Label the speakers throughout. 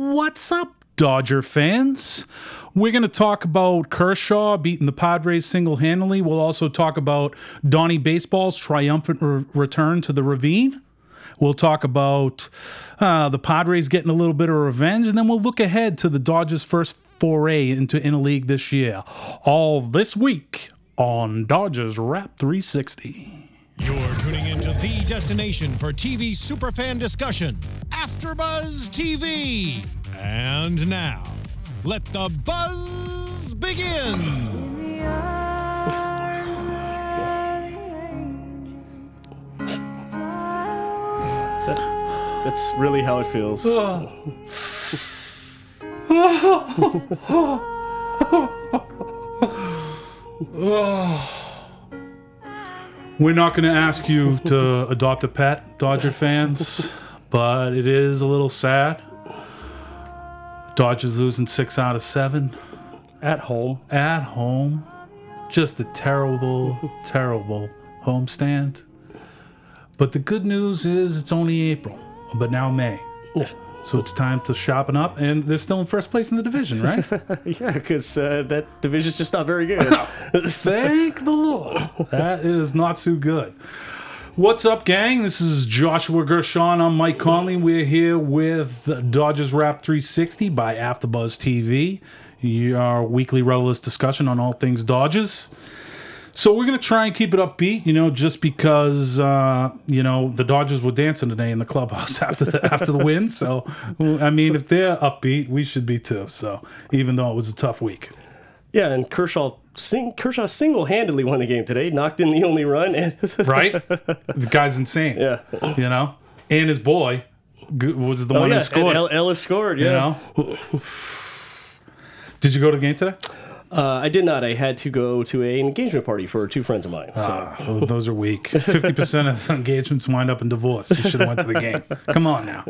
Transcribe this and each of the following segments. Speaker 1: What's up, Dodger fans? We're going to talk about Kershaw beating the Padres single handedly. We'll also talk about Donnie Baseball's triumphant re- return to the ravine. We'll talk about uh, the Padres getting a little bit of revenge, and then we'll look ahead to the Dodgers' first foray into interleague this year. All this week on Dodgers Wrap 360.
Speaker 2: You're tuning into the destination for TV superfan discussion, AfterBuzz TV. And now, let the buzz begin.
Speaker 3: That's really how it feels.
Speaker 1: We're not going to ask you to adopt a pet, Dodger fans, but it is a little sad. Dodgers losing six out of seven
Speaker 3: At home.
Speaker 1: at home. Just a terrible, terrible homestand. But the good news is it's only April, but now May. So it's time to shopping up, and they're still in first place in the division, right?
Speaker 3: Yeah, because uh, that division's just not very good.
Speaker 1: Thank the Lord. That is not too good. What's up, gang? This is Joshua Gershon. I'm Mike Conley. We're here with Dodgers Wrap 360 by AfterBuzz TV, your weekly rudderless discussion on all things Dodgers. So we're gonna try and keep it upbeat, you know, just because uh, you know the Dodgers were dancing today in the clubhouse after the after the win. So I mean, if they're upbeat, we should be too. So even though it was a tough week.
Speaker 3: yeah, and Kershaw sing- Kershaw single handedly won the game today, knocked in the only run. And
Speaker 1: right? the guy's insane.
Speaker 3: Yeah. Oh,
Speaker 1: You know? And his boy g- was the one
Speaker 3: yeah,
Speaker 1: who scored.
Speaker 3: and El- Ellis scored, yeah.
Speaker 1: you know? Did you go to the game today?
Speaker 3: Uh, I did not. I had to go to an engagement party for two friends of mine. So.
Speaker 1: Oh, those are weak. 50% of engagements wind up in divorce. You should have went to the game. Come on now.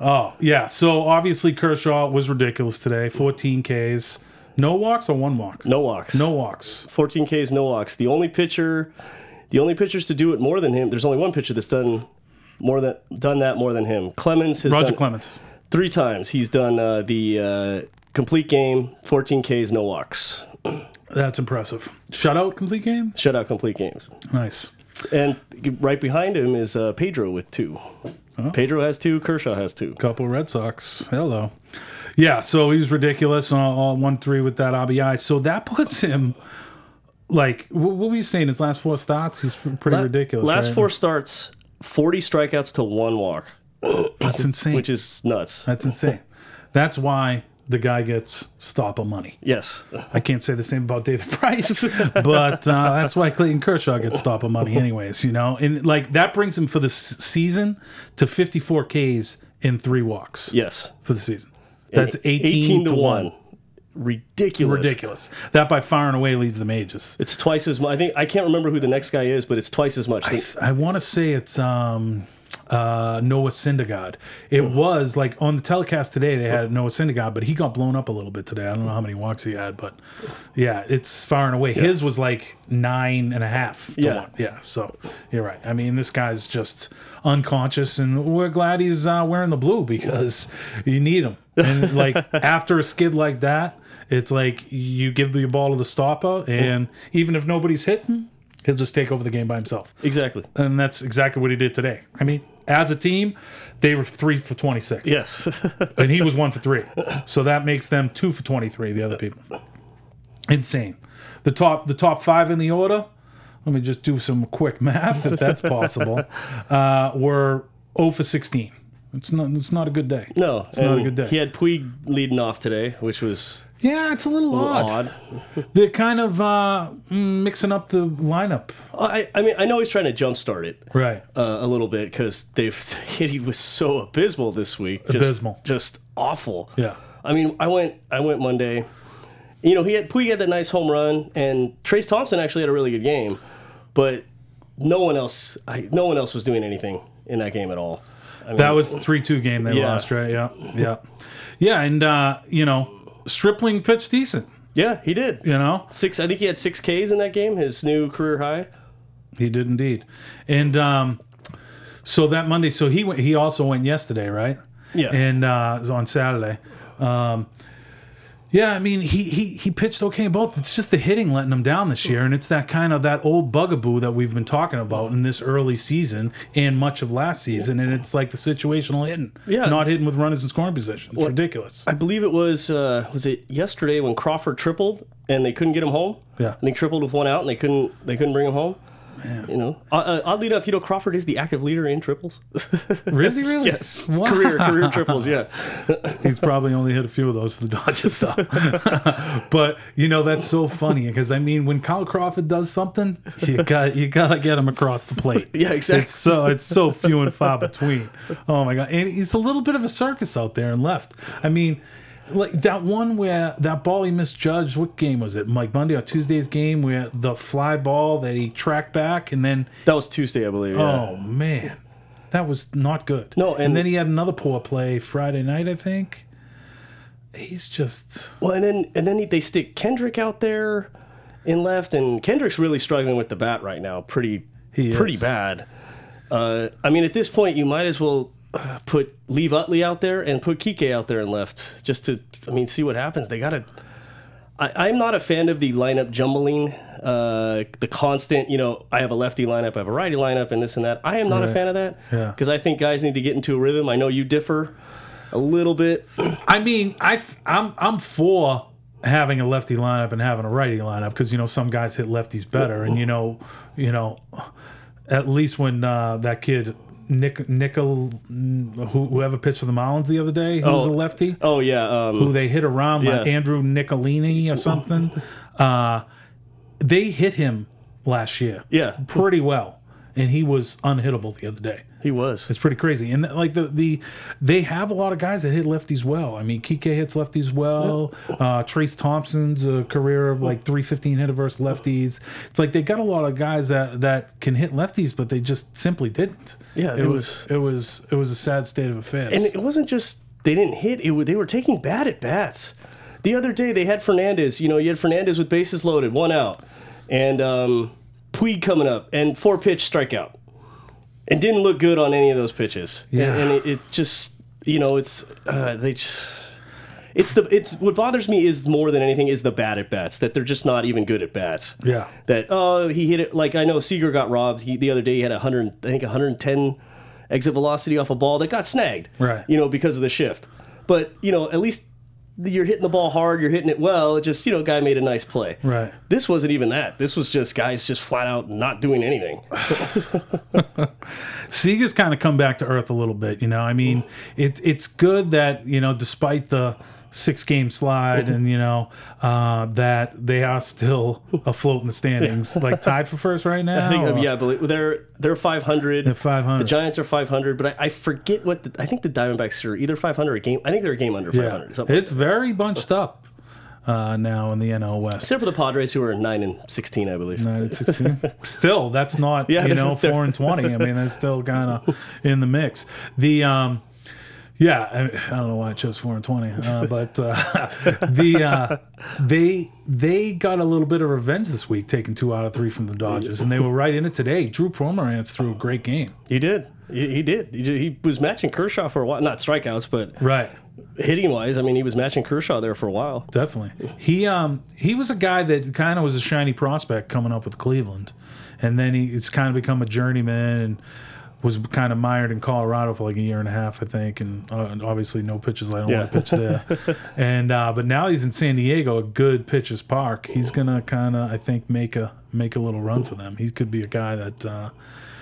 Speaker 1: Oh, yeah. So obviously Kershaw was ridiculous today. 14 Ks. No walks or one walk?
Speaker 3: no walks.
Speaker 1: No walks.
Speaker 3: 14 Ks, no walks. The only pitcher, the only pitchers to do it more than him. There's only one pitcher that's done more than done that more than him. Clemens has
Speaker 1: Roger
Speaker 3: done
Speaker 1: Clemens.
Speaker 3: three times. He's done uh, the uh, complete game, 14 Ks, no walks,
Speaker 1: That's impressive. Shutout complete game?
Speaker 3: shutout complete games.
Speaker 1: Nice.
Speaker 3: And right behind him is uh, Pedro with two.
Speaker 1: Oh.
Speaker 3: Pedro has two. Kershaw has two.
Speaker 1: couple Red Sox. Hello. Yeah, so he's ridiculous on, on one three with that RBI. So that puts him like wh- what were you saying? His last four starts, he's pretty ridiculous.
Speaker 3: Last
Speaker 1: right?
Speaker 3: four starts, 40 strikeouts to one walk,
Speaker 1: that's insane.
Speaker 3: which is nuts.
Speaker 1: that's insane. That's why the guy gets stop of money.
Speaker 3: Yes.
Speaker 1: I can't say the same about David Price, but uh, that's why Clayton Kershaw gets stop of money, anyways. You know, and like that brings him for the s- season to 54 Ks in three walks
Speaker 3: Yes.
Speaker 1: for the season. That's 18, to, one.
Speaker 3: Ridiculous.
Speaker 1: ridiculous. That by far and away leads the majors.
Speaker 3: It's twice as much. I think I can't remember who the next guy is, but it's twice as much.
Speaker 1: I want to say it's um, uh, Noah Syndergaard. It was like on the telecast today they had Noah Syndergaard, but he got blown up a little bit today. I don't know how many walks he had, but yeah, it's far and away. His was like nine and a half to
Speaker 3: Yeah.
Speaker 1: one. Yeah, so you're right. I mean, this guy's just unconscious, and we're glad he's uh, wearing the blue because you need him. And like after a skid like that, it's like you give the ball to the stopper, and even if nobody's hitting, he'll just take over the game by himself.
Speaker 3: exactly.
Speaker 1: And that's exactly what he did today. I mean, as a team, they were three for 26,
Speaker 3: Yes.
Speaker 1: and he was one for three. So that makes them two for 23. The other people, insane. The top, the top five in the order. Let me just do some quick math, if that's possible. Uh, were 0 for 16. It's not. It's not a good day.
Speaker 3: no.
Speaker 1: it's not a
Speaker 3: and
Speaker 1: good day.
Speaker 3: He had Puig leading off today, which was
Speaker 1: yeah, it's a little, odd.
Speaker 3: odd.
Speaker 1: They're kind of uh, mixing up the lineup,
Speaker 3: I, I mean, I know he's trying to jumpstart it.
Speaker 1: right?
Speaker 3: uh, a little bit because they've hitting was so abysmal this week. Just,
Speaker 1: Abysmal.
Speaker 3: just awful.
Speaker 1: Yeah.
Speaker 3: I mean, I went, I went Monday. You know, he had Puig had that nice home run, and Trace Thompson actually had a really good game, but no one else, I, no one else was doing anything in that game at all. I mean,
Speaker 1: That was the three two game they
Speaker 3: Yeah.
Speaker 1: lost, right? Yeah, yeah, yeah. And uh, you know, Stripling pitched decent.
Speaker 3: yeah, he did.
Speaker 1: You know,
Speaker 3: Six, I think he had six Ks in that game, his new career high.
Speaker 1: he did indeed. And um, so that Monday, so he went. He also went yesterday, right?
Speaker 3: Yeah.
Speaker 1: and uh, it was on Saturday. Um, yeah, I mean he he he pitched okay in both. It's just the hitting letting him down this year, and it's that kind of that old bugaboo that we've been talking about in this early season and much of last season, and it's like the situational hitting,
Speaker 3: Yeah.
Speaker 1: not hitting with runners in scoring position. It's ridiculous.
Speaker 3: I believe it was uh, was it yesterday when Crawford tripled and they couldn't get him home.
Speaker 1: Yeah.
Speaker 3: and he tripled with one out and they couldn't they couldn't bring him home. You know, uh, uh, oddly enough, you know Crawford is the active leader in triples.
Speaker 1: Really, really?
Speaker 3: yes,
Speaker 1: Wow.
Speaker 3: career career triples. Yeah,
Speaker 1: He's probably only hit a few of those for the Dodgers, though. but you know that's so funny because I mean, when Kyle Crawford does something, you got you gotta get him across the plate.
Speaker 3: Yeah, exactly.
Speaker 1: It's so it's so few and far between. Oh my god, and he's a little bit of a circus out there and left. I mean. Like that one where that ball he misjudged. What game was it? Mike Monday or Tuesday's game where the fly ball that he tracked back and then
Speaker 3: that was Tuesday, I believe. Yeah.
Speaker 1: Oh man, that was not good.
Speaker 3: No,
Speaker 1: and,
Speaker 3: and-
Speaker 1: then he had another poor play Friday night, I think. He's just
Speaker 3: Well, and then and then they stick Kendrick out there in left, and Kendrick's really struggling with the bat right now, pretty
Speaker 1: He is.
Speaker 3: pretty bad. Uh, I mean, at this point, you might as well uh, put leave Utley out there and put Kike out there in left, just to I mean, see what happens. They gotta. I, I'm not a fan of the lineup jumbling, uh, the constant. You know, I have a lefty lineup, I have a righty lineup, and this and that. I am not a fan of that
Speaker 1: Yeah.
Speaker 3: because I think guys need to get into a rhythm. I know you differ a little bit.
Speaker 1: I mean, I am I'm for having a lefty lineup and having a righty lineup because you know some guys hit lefties better, and you know, you know, at least when uh, that kid Nick Nickel, who, whoever pitched for the Marlins the other day, who was a
Speaker 3: Oh.
Speaker 1: lefty,
Speaker 3: Oh yeah, um,
Speaker 1: who they hit around like
Speaker 3: Yeah.
Speaker 1: Andrew Nicolini or something. Uh, they hit him last year,
Speaker 3: Yeah.
Speaker 1: pretty well, and he was unhittable the other day.
Speaker 3: he was.
Speaker 1: It's pretty crazy, and like the the they have a lot of guys that hit lefties well. I mean, Kike hits lefties well. Uh, Trace Thompson's a career of like three fifteen hitter versus lefties. It's like they got a lot of guys that that can hit lefties, but they just simply didn't.
Speaker 3: Yeah,
Speaker 1: it
Speaker 3: it
Speaker 1: was it was it was a sad state of affairs.
Speaker 3: And it wasn't just they didn't hit; it, wa- they were taking bad at bats. The other day they had Fernandez. You know, you had Fernandez with bases loaded, one out, and um, Puig coming up, and four pitch strikeout, and didn't look good on any of those pitches. And-
Speaker 1: Yeah.
Speaker 3: and, it, it just you know it's uh, they just. It's the it's what bothers me is more than anything is the bad at bats that they're just not even good at bats.
Speaker 1: Yeah.
Speaker 3: That oh he hit it like I know Seager got robbed. He the other day he had a hundred I think 110 exit velocity off a ball that got snagged.
Speaker 1: Right.
Speaker 3: You know because of the shift. But you know at least you're hitting the ball hard. You're hitting it well. It just you know guy made a nice play.
Speaker 1: Right.
Speaker 3: This wasn't even that. This was just guys just flat out not doing anything.
Speaker 1: Seager's kind of come back to earth a little bit. You know, I mean, it's it's good that you know, despite the six game slide, and you know uh, that they are still afloat in the standings, like tied for first right now.
Speaker 3: I think
Speaker 1: or-
Speaker 3: yeah, I believe they're they're
Speaker 1: Oh.
Speaker 3: 500.
Speaker 1: They're 500.
Speaker 3: The Giants are 500, but I, I forget what the, I think the Diamondbacks are either 500 or a game. I think they're a game under
Speaker 1: Yeah.
Speaker 3: 500. or Something.
Speaker 1: It's very bunched up uh, now in the NL West.
Speaker 3: Except for the Padres, who are nine and 16, I believe.
Speaker 1: Nine and 16. still, that's not,
Speaker 3: Yeah,
Speaker 1: you know,
Speaker 3: they're-
Speaker 1: 4 and 20. I mean, that's still kind of in the mix. The, um, yeah, I, I don't know why I chose 4 and 20, uh, but uh, the, uh, they, they got a little bit of revenge this week, taking two out of three from the Dodgers, and they were right in it today. Drew Pomerantz threw a great game.
Speaker 3: He did. He, he did. He, did- he was matching Kershaw for a while. Not strikeouts, but
Speaker 1: Right.
Speaker 3: hitting wise, I mean, he was matching Kershaw there for a while.
Speaker 1: Definitely. He um he was a guy that kind of was a shiny prospect coming up with Cleveland, and then he it's kind of become a journeyman and was kind of mired in Colorado for like a year and a half, I think, and, uh, and obviously no pitches. I don't want to
Speaker 3: Yeah.
Speaker 1: pitch there, and uh, but now he's in San Diego, a good pitcher's park. He's gonna kind of I think make a make a little run for them. He could be a guy that. Uh,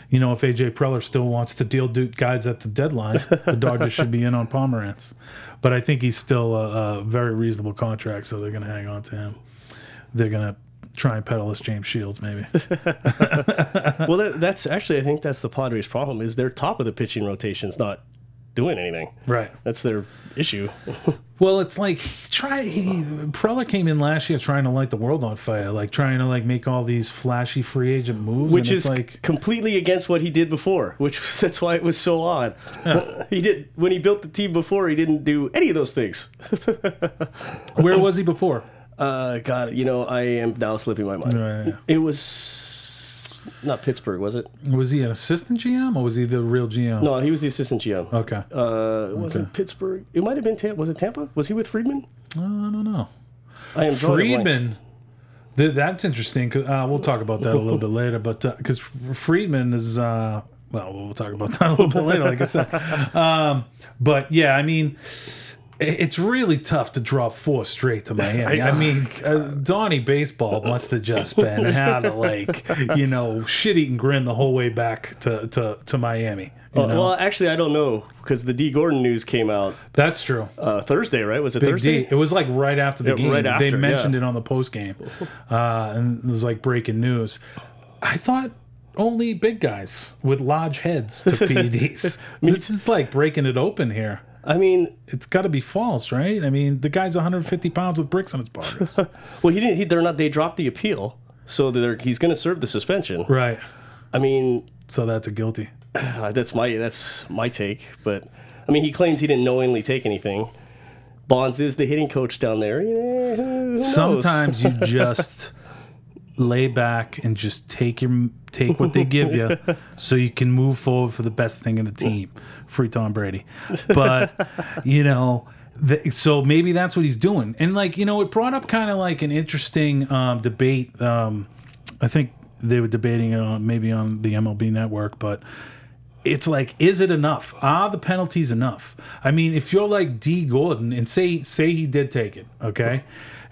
Speaker 1: you know, if AJ Preller still wants to deal do- guys at the deadline, the Dodgers should be in on Pomerantz. But I think he's still a, a very reasonable contract, so they're going to hang on to him. They're going to try and peddle us James Shields, maybe.
Speaker 3: Well, that, that's actually, I think that's the Padres' problem is their top of the pitching rotation's not doing anything.
Speaker 1: right.
Speaker 3: That's their issue.
Speaker 1: Well, it's like he try he Preller came in last year trying to light the world on fire, like trying to like make all these flashy free agent moves,
Speaker 3: which
Speaker 1: and
Speaker 3: is
Speaker 1: it's like
Speaker 3: completely against what he did before. Which was, that's why it was so odd. he did when he built the team before. He didn't do any of those things.
Speaker 1: where was he before?
Speaker 3: Uh, God, you know, I am now slipping my mind.
Speaker 1: Right.
Speaker 3: It was not Pittsburgh, was it?
Speaker 1: Was he an assistant GM or was he the real GM?
Speaker 3: No, he was the assistant GM.
Speaker 1: Okay.
Speaker 3: Uh, it wasn't Pittsburgh. It might have been Tampa. Was it Tampa? Was he with Friedman?
Speaker 1: I don't know.
Speaker 3: I am drawing a blank.
Speaker 1: Friedman. Th- that's interesting. 'cause, Uh, we'll talk about that a little bit later, but because Friedman is, uh, well, we'll talk about that a little bit later, like I said. Um, but yeah, I mean, i- it's really tough to drop four straight to Miami. I, mean, uh, Donnie Baseball must have just been had a, like, you know, shit eating grin the whole way back to, to, to Miami. You
Speaker 3: Uh,
Speaker 1: know?
Speaker 3: Well, actually, I don't know because the D Gordon news came out
Speaker 1: That's true.
Speaker 3: uh, Thursday, right? Was it
Speaker 1: Big
Speaker 3: Thursday?
Speaker 1: D. It was like right after the
Speaker 3: Yeah,
Speaker 1: game.
Speaker 3: right after,
Speaker 1: they mentioned
Speaker 3: yeah.
Speaker 1: it on the post game, uh, and it was like breaking news. I thought only big guys with large heads took PEDs. this is like breaking it open here.
Speaker 3: I mean,
Speaker 1: It's got to be false, right? I mean, the guy's 150 pounds with bricks on his pockets,
Speaker 3: well, he didn't. He, they're not. They dropped the appeal, so they're, he's going to serve the suspension.
Speaker 1: right?
Speaker 3: I mean,
Speaker 1: So that's a guilty.
Speaker 3: Uh, that's my that's my take. But I mean, he claims he didn't knowingly take anything. Bonds is the hitting coach down there. Eh, who knows?
Speaker 1: Sometimes you just lay back and just take your take what they give you, so you can move forward for the best thing in the team. Free Tom Brady, but you know. th- So maybe that's what he's doing, and like you know, it brought up kind of like an interesting um, debate. Um, I think they were debating it on maybe on the MLB Network, but it's like is it enough are the penalties enough i mean if you're like d gordon and say say he did take it okay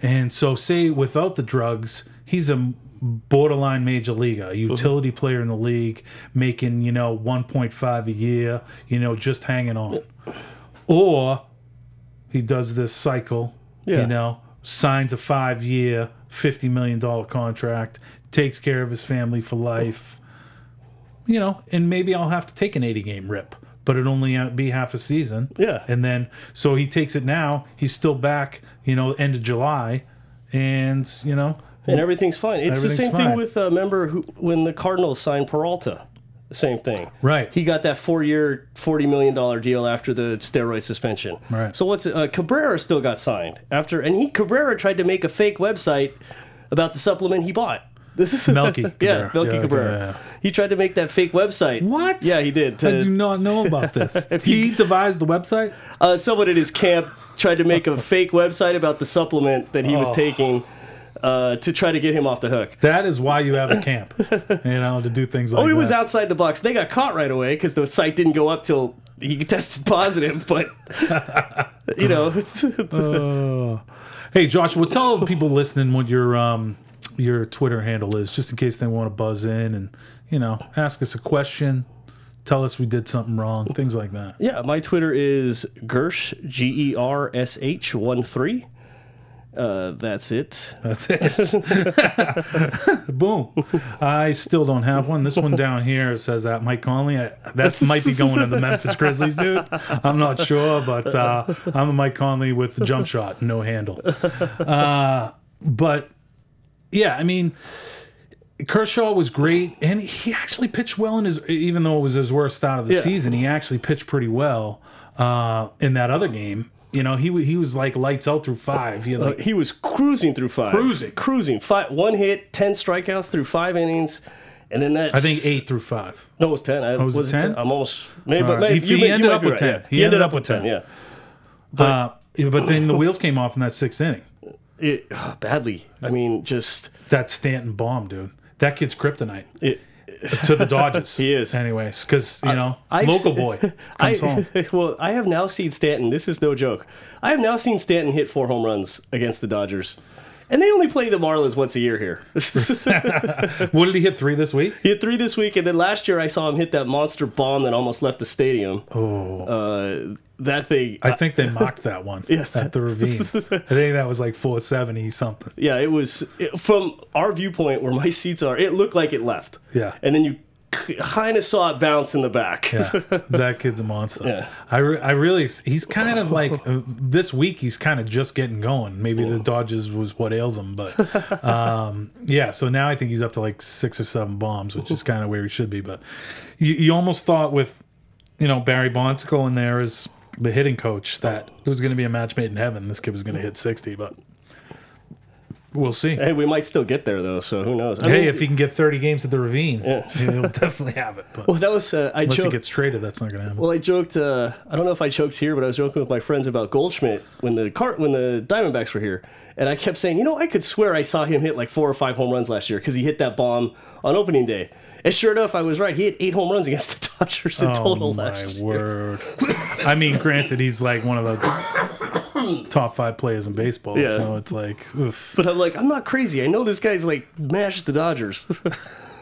Speaker 1: and so say without the drugs he's a borderline major leaguer a utility player in the league making you know 1.5 a year you know just hanging on or he does this cycle
Speaker 3: Yeah.
Speaker 1: you know signs a five year 50 million dollar contract takes care of his family for life you know, and maybe I'll have to take an 80 game rip, but it'd only uh, be half a season.
Speaker 3: Yeah.
Speaker 1: And then, so he takes it now. He's still back, you know, end of July. And, you know,
Speaker 3: and everything's fine. It's
Speaker 1: Everything's
Speaker 3: the same
Speaker 1: fine.
Speaker 3: thing with uh, remember who, when the Cardinals signed Peralta. Same thing.
Speaker 1: Right.
Speaker 3: He got that four-year, forty million dollar deal after the steroid suspension.
Speaker 1: Right.
Speaker 3: So what's uh, Cabrera still got signed after, and he Cabrera tried to make a fake website about the supplement he bought. This is
Speaker 1: Melky
Speaker 3: yeah,
Speaker 1: Cabrera.
Speaker 3: Melky
Speaker 1: Yeah,
Speaker 3: Cabrera.
Speaker 1: yeah.
Speaker 3: He tried to make that fake website.
Speaker 1: What?
Speaker 3: Yeah, he did.
Speaker 1: I
Speaker 3: to-
Speaker 1: do not know about this.
Speaker 3: you-
Speaker 1: he devised the website?
Speaker 3: uh, someone at his camp tried to make a fake website about the supplement that he was
Speaker 1: Oh.
Speaker 3: taking uh, to try to get him off the hook.
Speaker 1: That is why you have a camp, you know, to do things like
Speaker 3: Oh, he
Speaker 1: that.
Speaker 3: was outside the box. They got caught right away because the site didn't go up till he tested positive. But you know, it's-
Speaker 1: Hey, Joshua, tell the people listening what your um your Twitter handle is, just in case they want to buzz in and you know ask us a question, tell us we did something wrong, things like that.
Speaker 3: yeah, my Twitter is Gersh G E R S H one three. Uh, that's it.
Speaker 1: That's it. Boom. I still don't have one. This one down here says that Mike Conley. I, that might be going to the Memphis Grizzlies, dude. I'm not sure, but uh, I'm a Mike Conley with the jump shot, no handle. Uh, but yeah, I mean, Kershaw was great, and he actually pitched well in his. Even though it was his worst start of the
Speaker 3: Yeah.
Speaker 1: season, he actually pitched pretty well uh, in that other game. You know, he wa- he was like lights out through five. He had like
Speaker 3: He was cruising through five.
Speaker 1: Cruising.
Speaker 3: cruising. Five, one hit, ten strikeouts through five innings, and then that's
Speaker 1: I think eight through five.
Speaker 3: No, it was ten. I,
Speaker 1: was it 10?
Speaker 3: I'm almost. Maybe,
Speaker 1: All right.
Speaker 3: but maybe,
Speaker 1: He-
Speaker 3: you
Speaker 1: he
Speaker 3: may- you
Speaker 1: ended
Speaker 3: might
Speaker 1: up
Speaker 3: be
Speaker 1: with
Speaker 3: right,
Speaker 1: 10.
Speaker 3: Yeah.
Speaker 1: He
Speaker 3: He, ended, up with ten. Yeah,
Speaker 1: Uh, yeah, but then the wheels came off in that sixth inning.
Speaker 3: It- ugh, badly. I mean, just
Speaker 1: That Stanton bomb, dude. That kid's kryptonite
Speaker 3: it,
Speaker 1: to the Dodgers.
Speaker 3: He is.
Speaker 1: anyways, because you know,
Speaker 3: I've
Speaker 1: local
Speaker 3: se-
Speaker 1: boy comes
Speaker 3: I
Speaker 1: home.
Speaker 3: well, I have now seen Stanton. This is no joke. I have now seen Stanton hit four home runs against the Dodgers, and they only play the Marlins once a year here.
Speaker 1: What did he hit three this week?
Speaker 3: he hit three this week, and then last year I saw him hit that monster bomb that almost left the stadium. Oh, uh, that thing.
Speaker 1: I think they mocked that one at the ravine. I think that was like four seventy something.
Speaker 3: Yeah, it was it- from our viewpoint where my seats are. It looked like it left.
Speaker 1: Yeah.
Speaker 3: and then you kind of saw it bounce in the back.
Speaker 1: Yeah, that kid's a monster.
Speaker 3: Yeah.
Speaker 1: I, re- I really, he's kind of like uh, this week. He's kind of just getting going. Maybe the Dodgers was what ails him, but um, yeah. So now I think he's up to like six or seven bombs, which is kind of where he should be. But you, you almost thought with you know Barry Bonds going there as the hitting coach that it was going to be a match made in heaven. This kid was going to hit sixty, but We'll see.
Speaker 3: Hey, we might still get there though, so who knows? I
Speaker 1: Hey,
Speaker 3: mean,
Speaker 1: if he can get 30 games at the Ravine, he'll definitely have it. But
Speaker 3: well, that was uh, I
Speaker 1: unless he
Speaker 3: joked.
Speaker 1: gets traded, that's not going to happen.
Speaker 3: Well, I joked. Uh, I don't know if I joked here, but I was joking with my friends about Goldschmidt when the cart when the Diamondbacks were here, and I kept saying, you know, I could swear I saw him hit like four or five home runs last year because he hit that bomb on opening day. And sure enough, I was right. He hit eight home runs against the Dodgers in total
Speaker 1: oh my
Speaker 3: last year.
Speaker 1: word! I mean, granted, he's like one of the top five players in baseball,
Speaker 3: Yeah.
Speaker 1: so it's like, oof.
Speaker 3: But I'm like, I'm not crazy. I know this guy's like mashed the Dodgers.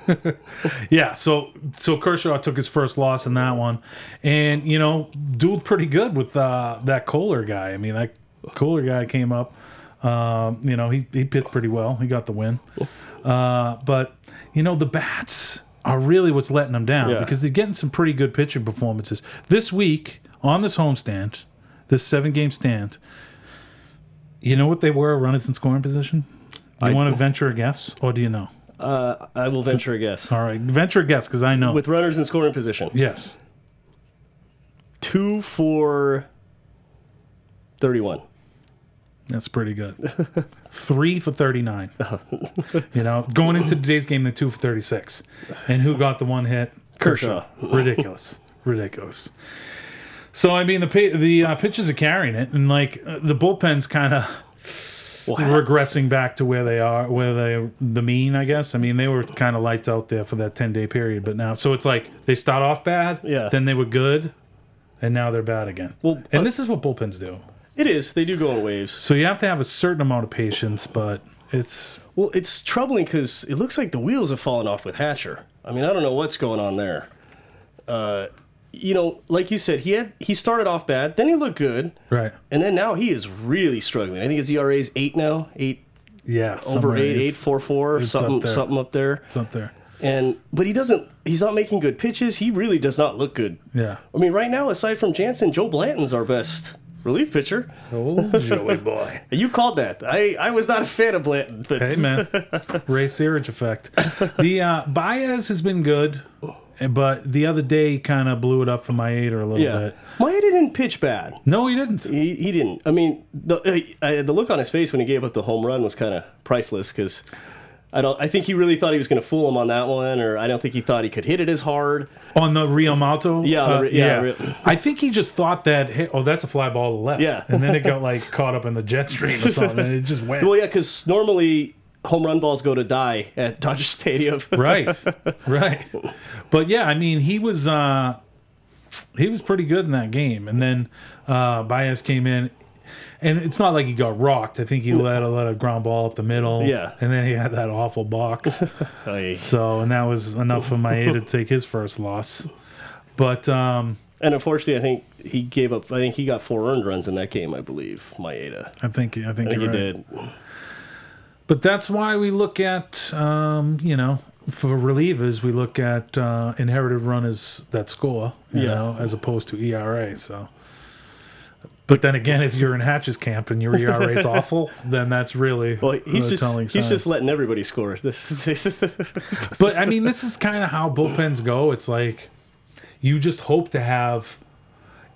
Speaker 1: yeah. So so Kershaw took his first loss in that one, and you know, dueled pretty good with uh, that Kohler guy. I mean, that Kohler guy came up. Um, you know, he he pitched pretty well. He got the win. Uh, but you know, the bats are really what's letting them down
Speaker 3: Yeah.
Speaker 1: because they're getting some pretty good pitching performances this week on this homestand, this seven game stand. You know what they were runners in scoring position? Do you want to venture a guess, or do you know?
Speaker 3: uh, I will venture a guess.
Speaker 1: All right, venture a guess because I know.
Speaker 3: With runners in scoring position,
Speaker 1: yes,
Speaker 3: two for thirty-one.
Speaker 1: That's pretty good. three for 39. you know, going into today's game, the two for 36. And who got the one hit?
Speaker 3: Kershaw.
Speaker 1: Ridiculous. Ridiculous. So, I mean, the pi- the uh, pitchers are carrying it, and like uh, the bullpen's kind of regressing back to where they are, where they the mean, I guess. I mean, they were kind of lights out there for that 10 day period, but now, so it's like they start off bad,
Speaker 3: Yeah.
Speaker 1: then they were good, and now they're bad again.
Speaker 3: Well,
Speaker 1: and this is what bullpens do.
Speaker 3: It is. They do go in waves.
Speaker 1: So you have to have a certain amount of patience, but it's
Speaker 3: Well, it's troubling because it looks like the wheels have fallen off with Hatcher. I mean, I don't know what's going on there. Uh, you know, like you said, he had he started off bad, then he looked good,
Speaker 1: right.
Speaker 3: and then now he is really struggling. I think his ERA is eight now, eight
Speaker 1: Yeah,
Speaker 3: over
Speaker 1: somewhere
Speaker 3: eight, eight
Speaker 1: it's-
Speaker 3: four four,
Speaker 1: it's up
Speaker 3: something,
Speaker 1: there.
Speaker 3: something up there.
Speaker 1: It's up there.
Speaker 3: And but he doesn't. He's not making good pitches. He really does not look good.
Speaker 1: Yeah.
Speaker 3: I mean, right now, aside from Jansen, Joe Blanton's our best relief pitcher.
Speaker 1: Oh, Joey boy.
Speaker 3: You called that. I I was not a fan of Blanton, but
Speaker 1: Hey man, Ray Searage effect. The uh, Baez has been good, but the other day kind of blew it up for my eighter a little
Speaker 3: yeah,
Speaker 1: bit.
Speaker 3: Maya didn't pitch bad.
Speaker 1: No, he didn't.
Speaker 3: He, he didn't. I mean, the uh, uh, the look on his face when he gave up the home run was kind of priceless because I don't. I think he really thought he was going to fool him on that one, or I don't think he thought he could hit it as hard.
Speaker 1: On the Rio Mato,
Speaker 3: Yeah, on the Ri- yeah, Ri-
Speaker 1: I think he just thought that, hey, oh, that's a fly ball to left,
Speaker 3: Yeah.
Speaker 1: and then it got like caught up in the jet stream or something, and it just went.
Speaker 3: Well, yeah, because normally home run balls go to die at Dodger Stadium.
Speaker 1: right right but yeah i mean he was uh he was pretty good in that game and then uh baez came in and it's not like he got rocked i think he let a let a ground ball up the middle
Speaker 3: Yeah.
Speaker 1: and then he had that awful balk
Speaker 3: Aye.
Speaker 1: so and that was enough for Maeda to take his first loss but um
Speaker 3: and unfortunately, I think he gave up. I think he got four earned runs in that game. I believe Maeda.
Speaker 1: i think i think,
Speaker 3: I think
Speaker 1: you're
Speaker 3: he
Speaker 1: right.
Speaker 3: did.
Speaker 1: But that's why we look at, um, you know, for relievers, we look at uh, inherited runners that score, you
Speaker 3: Yeah.
Speaker 1: know, as opposed to ERA. So, but then again, if you're in Hatch's camp and your ERA is awful, then that's really
Speaker 3: Well, he's
Speaker 1: a
Speaker 3: just
Speaker 1: telling
Speaker 3: he's
Speaker 1: sign.
Speaker 3: just letting everybody score. This is
Speaker 1: But I mean, this is kind of how bullpens go. It's like you just hope to have.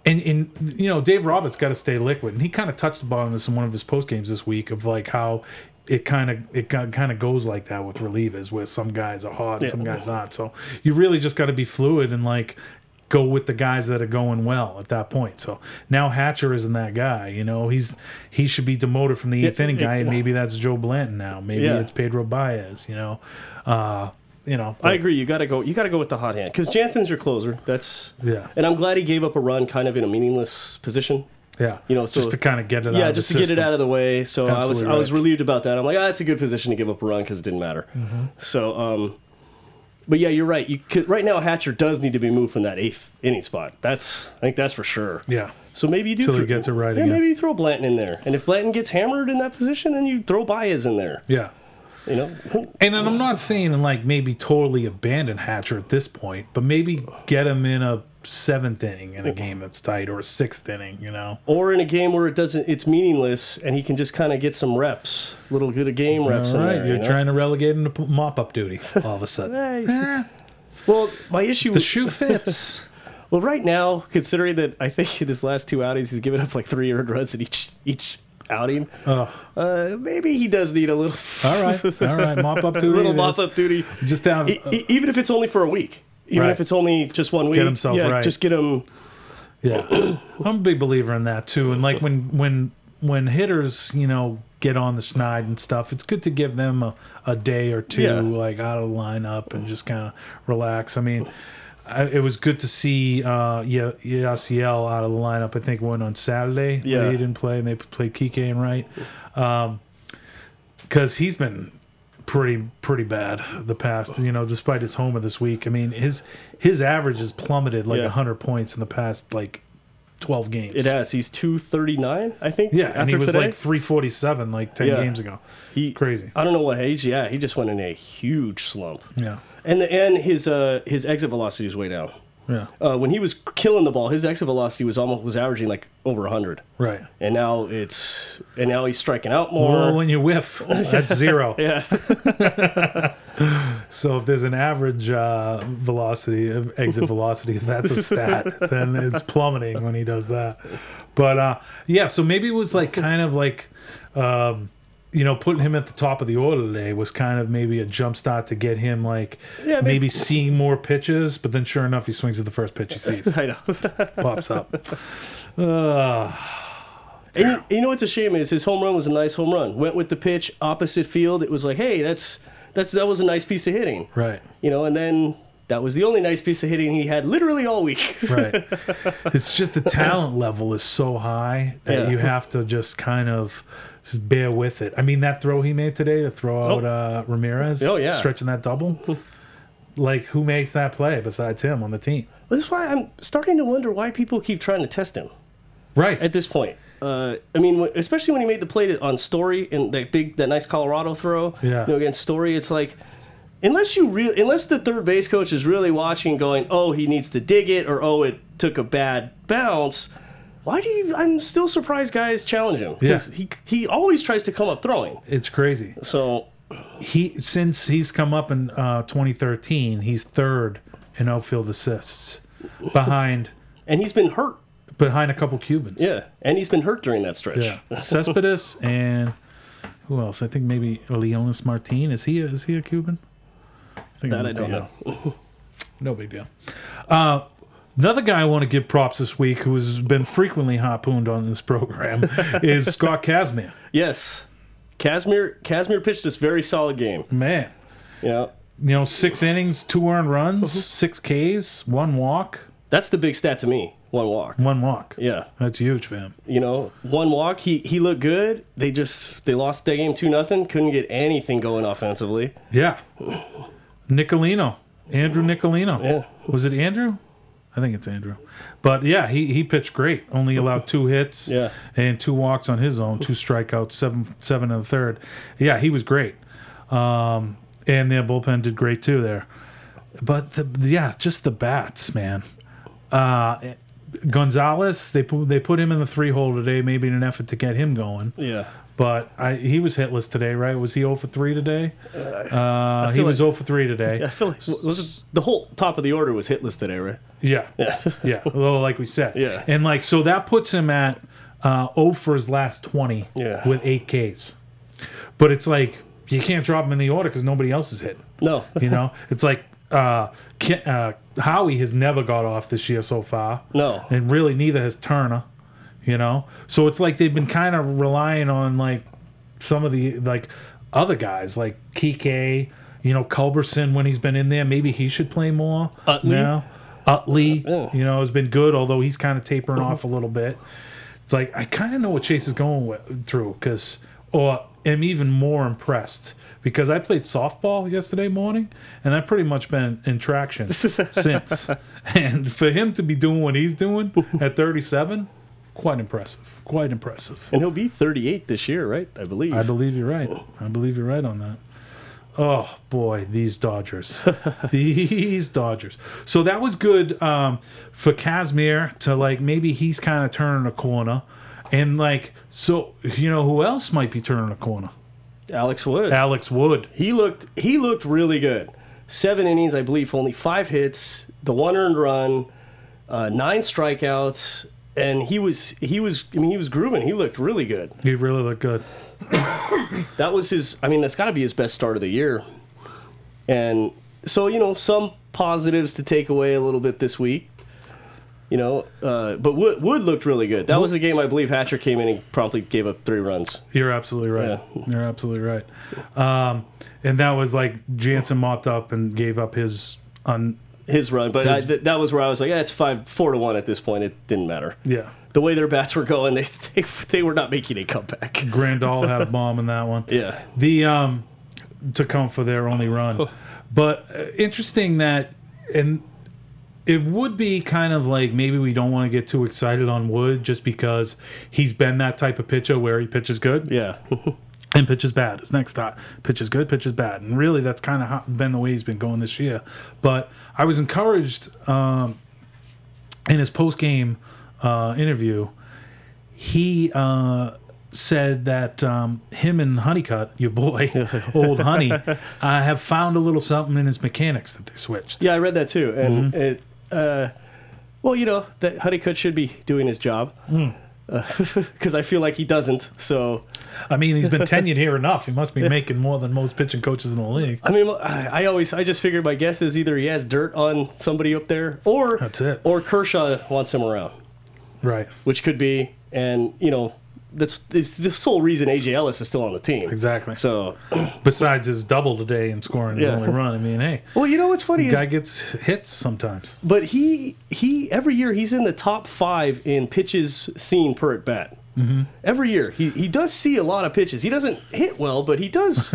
Speaker 1: And, and you know Dave Roberts got to stay liquid, and he kind of touched upon this in one of his post games this week of like how it kind of it kind of goes like that with relievers, where some guys are hot and some guys aren't. So you really just got to be fluid and like go with the guys that are going well at that point. So now Hatcher isn't that guy. You know he's he should be demoted from the eighth inning guy, and maybe that's Joe Blanton now. Maybe
Speaker 3: Yeah.
Speaker 1: it's Pedro Baez. You know, uh, you know.
Speaker 3: I agree. You gotta go. You gotta go with the hot hand because Jansen's your closer. That's
Speaker 1: Yeah.
Speaker 3: And I'm glad he gave up a run, kind of in a meaningless position.
Speaker 1: Yeah,
Speaker 3: You know, so-
Speaker 1: just to kind of get it. out
Speaker 3: yeah,
Speaker 1: of the
Speaker 3: just to get it
Speaker 1: system.
Speaker 3: out of the way. So I was
Speaker 1: Absolutely
Speaker 3: I was
Speaker 1: right.
Speaker 3: relieved about that. I'm like, ah, that's a good position to give up a run because it didn't matter.
Speaker 1: Mm-hmm.
Speaker 3: So, um, but yeah, you're right. You could, right now Hatcher does need to be moved from that eighth inning spot. That's I think that's for sure.
Speaker 1: Yeah,
Speaker 3: So maybe you do.
Speaker 1: Till he
Speaker 3: throw-
Speaker 1: gets it right
Speaker 3: yeah,
Speaker 1: again.
Speaker 3: Maybe you throw Blanton in there, and if Blanton gets hammered in that position, then you throw Baez in there.
Speaker 1: yeah.
Speaker 3: You know,
Speaker 1: And then I'm not saying like maybe totally abandon Hatcher at this point, but maybe get him in a seventh inning in a game that's tight or a sixth inning. You know,
Speaker 3: or in a game where it doesn't it's meaningless and he can just kind of get some reps little bit of game reps
Speaker 1: all
Speaker 3: in
Speaker 1: right,
Speaker 3: there,
Speaker 1: you're
Speaker 3: you know?
Speaker 1: trying to relegate him to mop up duty all of a sudden.
Speaker 3: Hey.
Speaker 1: Eh,
Speaker 3: well my issue
Speaker 1: the shoe fits.
Speaker 3: well right now considering that i think in his last two outings he's given up like three earned runs in each each out him.
Speaker 1: Ugh.
Speaker 3: Uh, maybe he does need a little.
Speaker 1: Oh. all right, all right. Mop up duty.
Speaker 3: little
Speaker 1: it
Speaker 3: mop
Speaker 1: is.
Speaker 3: up duty.
Speaker 1: Just down.
Speaker 3: E- e- even if it's only for a week. Even
Speaker 1: Right.
Speaker 3: if it's only just one week.
Speaker 1: himself
Speaker 3: yeah,
Speaker 1: right.
Speaker 3: Just get him.
Speaker 1: Yeah, I'm a big believer in that too. And like when when when hitters, you know, get on the snide and stuff, it's good to give them a, a day or two,
Speaker 3: Yeah.
Speaker 1: like out of the lineup and just kind of relax. I mean, I, it was good to see uh, yeah Yasiel out of the lineup. I think one on Saturday. but
Speaker 3: Yeah.
Speaker 1: he didn't play, and they played Kike and Wright because he's been pretty pretty bad the past you know despite his homer this week i mean his his average has plummeted like
Speaker 3: Yeah.
Speaker 1: 100 points in the past like 12 games
Speaker 3: It has. He's 239, I think.
Speaker 1: yeah
Speaker 3: After
Speaker 1: and he was
Speaker 3: today.
Speaker 1: like 347 like 10
Speaker 3: Yeah.
Speaker 1: games ago
Speaker 3: he,
Speaker 1: crazy.
Speaker 3: I don't know what age. Yeah, he just went in a huge slump.
Speaker 1: yeah
Speaker 3: And the and his uh, his exit velocity was way down.
Speaker 1: yeah
Speaker 3: Uh, when he was killing the ball, his exit velocity was almost was averaging like over 100.
Speaker 1: right
Speaker 3: And now it's and now he's striking out more.
Speaker 1: well when you whiff that's zero
Speaker 3: yeah.
Speaker 1: so if there's an average uh, velocity of exit velocity if that's a stat then it's plummeting when he does that but uh yeah so maybe it was like kind of like um you know, putting him at the top of the order today was kind of maybe a jump start to get him like
Speaker 3: Yeah,
Speaker 1: maybe,
Speaker 3: maybe-
Speaker 1: seeing more pitches, but then sure enough, he swings at the first pitch he sees,
Speaker 3: I know.
Speaker 1: pops up. Uh,
Speaker 3: And you, you know what's a shame is his home run was a nice home run. Went with the pitch opposite field. It was like, hey, that's that's that was a nice piece of hitting.
Speaker 1: right.
Speaker 3: You know, and then that was the only nice piece of hitting he had literally all week.
Speaker 1: right it's just the talent level is so high that
Speaker 3: Yeah.
Speaker 1: you have to just kind of just bear with it i mean that throw he made today to throw out uh, ramirez
Speaker 3: Oh, yeah.
Speaker 1: stretching that double like who makes that play besides him on the team
Speaker 3: That's why I'm starting to wonder why people keep trying to test him
Speaker 1: right
Speaker 3: at this point. Uh, I mean, wh- especially when he made the play to- on Story and that big, that nice Colorado throw.
Speaker 1: Yeah.
Speaker 3: You know, against Story, it's like unless you really, unless the third base coach is really watching, going, oh, he needs to dig it, or oh, it took a bad bounce. Why do you? I'm still surprised guys challenge him. 'cause
Speaker 1: Yeah.
Speaker 3: He he always tries to come up throwing.
Speaker 1: it's crazy
Speaker 3: So
Speaker 1: he since he's come up in uh, 2013 he's third in outfield assists behind
Speaker 3: and he's been hurt.
Speaker 1: behind a couple cubans
Speaker 3: Yeah. And he's been hurt during that stretch.
Speaker 1: yeah cespedes and who else i think maybe leonis martin is he is he a cuban think
Speaker 3: That I don't
Speaker 1: yeah.
Speaker 3: know.
Speaker 1: No big deal. Uh, another guy I want to give props this week, who has been frequently harpooned on this program, is Scott Kazmir.
Speaker 3: Yes. Casimir Casimir pitched this very solid game.
Speaker 1: Man,
Speaker 3: Yeah.
Speaker 1: you know, six innings, two earned
Speaker 3: Mm-hmm.
Speaker 1: runs, six Ks, one walk,
Speaker 3: That's the big stat to me. One walk.
Speaker 1: one walk.
Speaker 3: Yeah.
Speaker 1: That's huge, fam.
Speaker 3: You know, one walk. He he looked good. They just they lost that game two nothing. Couldn't get anything going offensively.
Speaker 1: Yeah. Nicolino, Andrew Nicolino.
Speaker 3: Yeah.
Speaker 1: Was it Andrew? I think it's Andrew. But yeah, he, he pitched great. Only allowed two hits
Speaker 3: Yeah.
Speaker 1: and two walks on his own, two strikeouts, seven seven in the third. Yeah, he was great. Um, and their bullpen did great too there. But the, yeah, just the bats, man. Uh, Gonzalez, they put they put him in the three hole today, maybe in an effort to get him going.
Speaker 3: Yeah.
Speaker 1: But I, he was hitless today, right? Was he 0 for 3 today? Uh, he
Speaker 3: feel
Speaker 1: was 0 for 3 today.
Speaker 3: I feel like was the whole top of the order was hitless today, right?
Speaker 1: Yeah. Yeah. Well, like we said.
Speaker 3: Yeah.
Speaker 1: And like, so that puts him at uh, 0 for his last 20
Speaker 3: Yeah.
Speaker 1: with 8 Ks. But it's like, you can't drop him in the order because nobody else is hitting.
Speaker 3: No.
Speaker 1: You know? it's like uh, Ki- uh, Howie has never got off this year so far.
Speaker 3: No.
Speaker 1: And really, neither has Turner. You know, so it's like they've been kind of relying on like some of the like other guys, like Kike. You know, Culberson when he's been in there, maybe he should play more
Speaker 3: Utley?
Speaker 1: now. Utley,
Speaker 3: Oh.
Speaker 1: you know, has been good, although he's kind of tapering off a little bit. It's like I kind of know what Chase is going with, through because, or am even more impressed because I played softball yesterday morning and I've pretty much been in traction since. And for him to be doing what he's doing at 37, quite impressive. Quite impressive.
Speaker 3: And he'll be 38 this year, right? I believe.
Speaker 1: I believe you're right. I believe you're right on that. Oh boy, these Dodgers, these Dodgers. So that was good um, for Kazmir to like maybe he's kind of turning a corner, and like so you know who else might be turning a corner?
Speaker 3: Alex Wood.
Speaker 1: Alex Wood.
Speaker 3: He looked he looked really good. Seven innings, I believe, for only five hits, the one earned run, uh, nine strikeouts, and he was he was I mean he was grooving. He looked really good.
Speaker 1: He really looked good.
Speaker 3: That was his. I mean that's got to be his best start of the year. And so you know some positives to take away a little bit this week. You know, uh, but Wood, Wood looked really good. That was the game I believe Hatcher came in and promptly gave up three runs.
Speaker 1: You're absolutely right. You're absolutely right. Um, and that was like Jansen mopped up and gave up his un.
Speaker 3: His run, but I, th- that was where I was like, yeah, it's five four to one at this point. It didn't matter.
Speaker 1: Yeah,
Speaker 3: The way their bats were going, they they, they were not making a comeback.
Speaker 1: Grandal had a bomb in that one.
Speaker 3: Yeah.
Speaker 1: the um to come for their only run. But uh, interesting that and it would be kind of like maybe we don't want to get too excited on Wood just because he's been that type of pitcher where he pitches good
Speaker 3: Yeah.
Speaker 1: and pitches bad. His next start pitches good, pitches bad, and really that's kind of how, been the way he's been going this year. But I was encouraged um, in his post game uh, interview. He uh, said that um, him and Honeycutt, your boy, old Honey, uh, have found a little something in his mechanics that they switched.
Speaker 3: Yeah, I read that too, and
Speaker 1: Mm-hmm.
Speaker 3: it. Uh, well, you know that Honeycutt should be doing his job
Speaker 1: Mm.
Speaker 3: because I feel like he doesn't. So
Speaker 1: I mean, he's been tenured here enough. He must be making more than most pitching coaches in the league.
Speaker 3: I mean, I, I always I just figured my guess is either he has dirt on somebody up there, or
Speaker 1: That's it.
Speaker 3: or Kershaw wants him around,
Speaker 1: Right.
Speaker 3: which could be, and you know that's it's the sole reason AJ Ellis is still on the team.
Speaker 1: Exactly.
Speaker 3: So,
Speaker 1: Besides his double today and scoring his
Speaker 3: Yeah.
Speaker 1: only run. I mean, hey,
Speaker 3: well, you know what's funny is
Speaker 1: guy gets hits sometimes.
Speaker 3: But he he every year he's in the top five in pitches seen per at bat. Mm-hmm. Every year he he does see a lot of pitches. He doesn't hit well, but he does.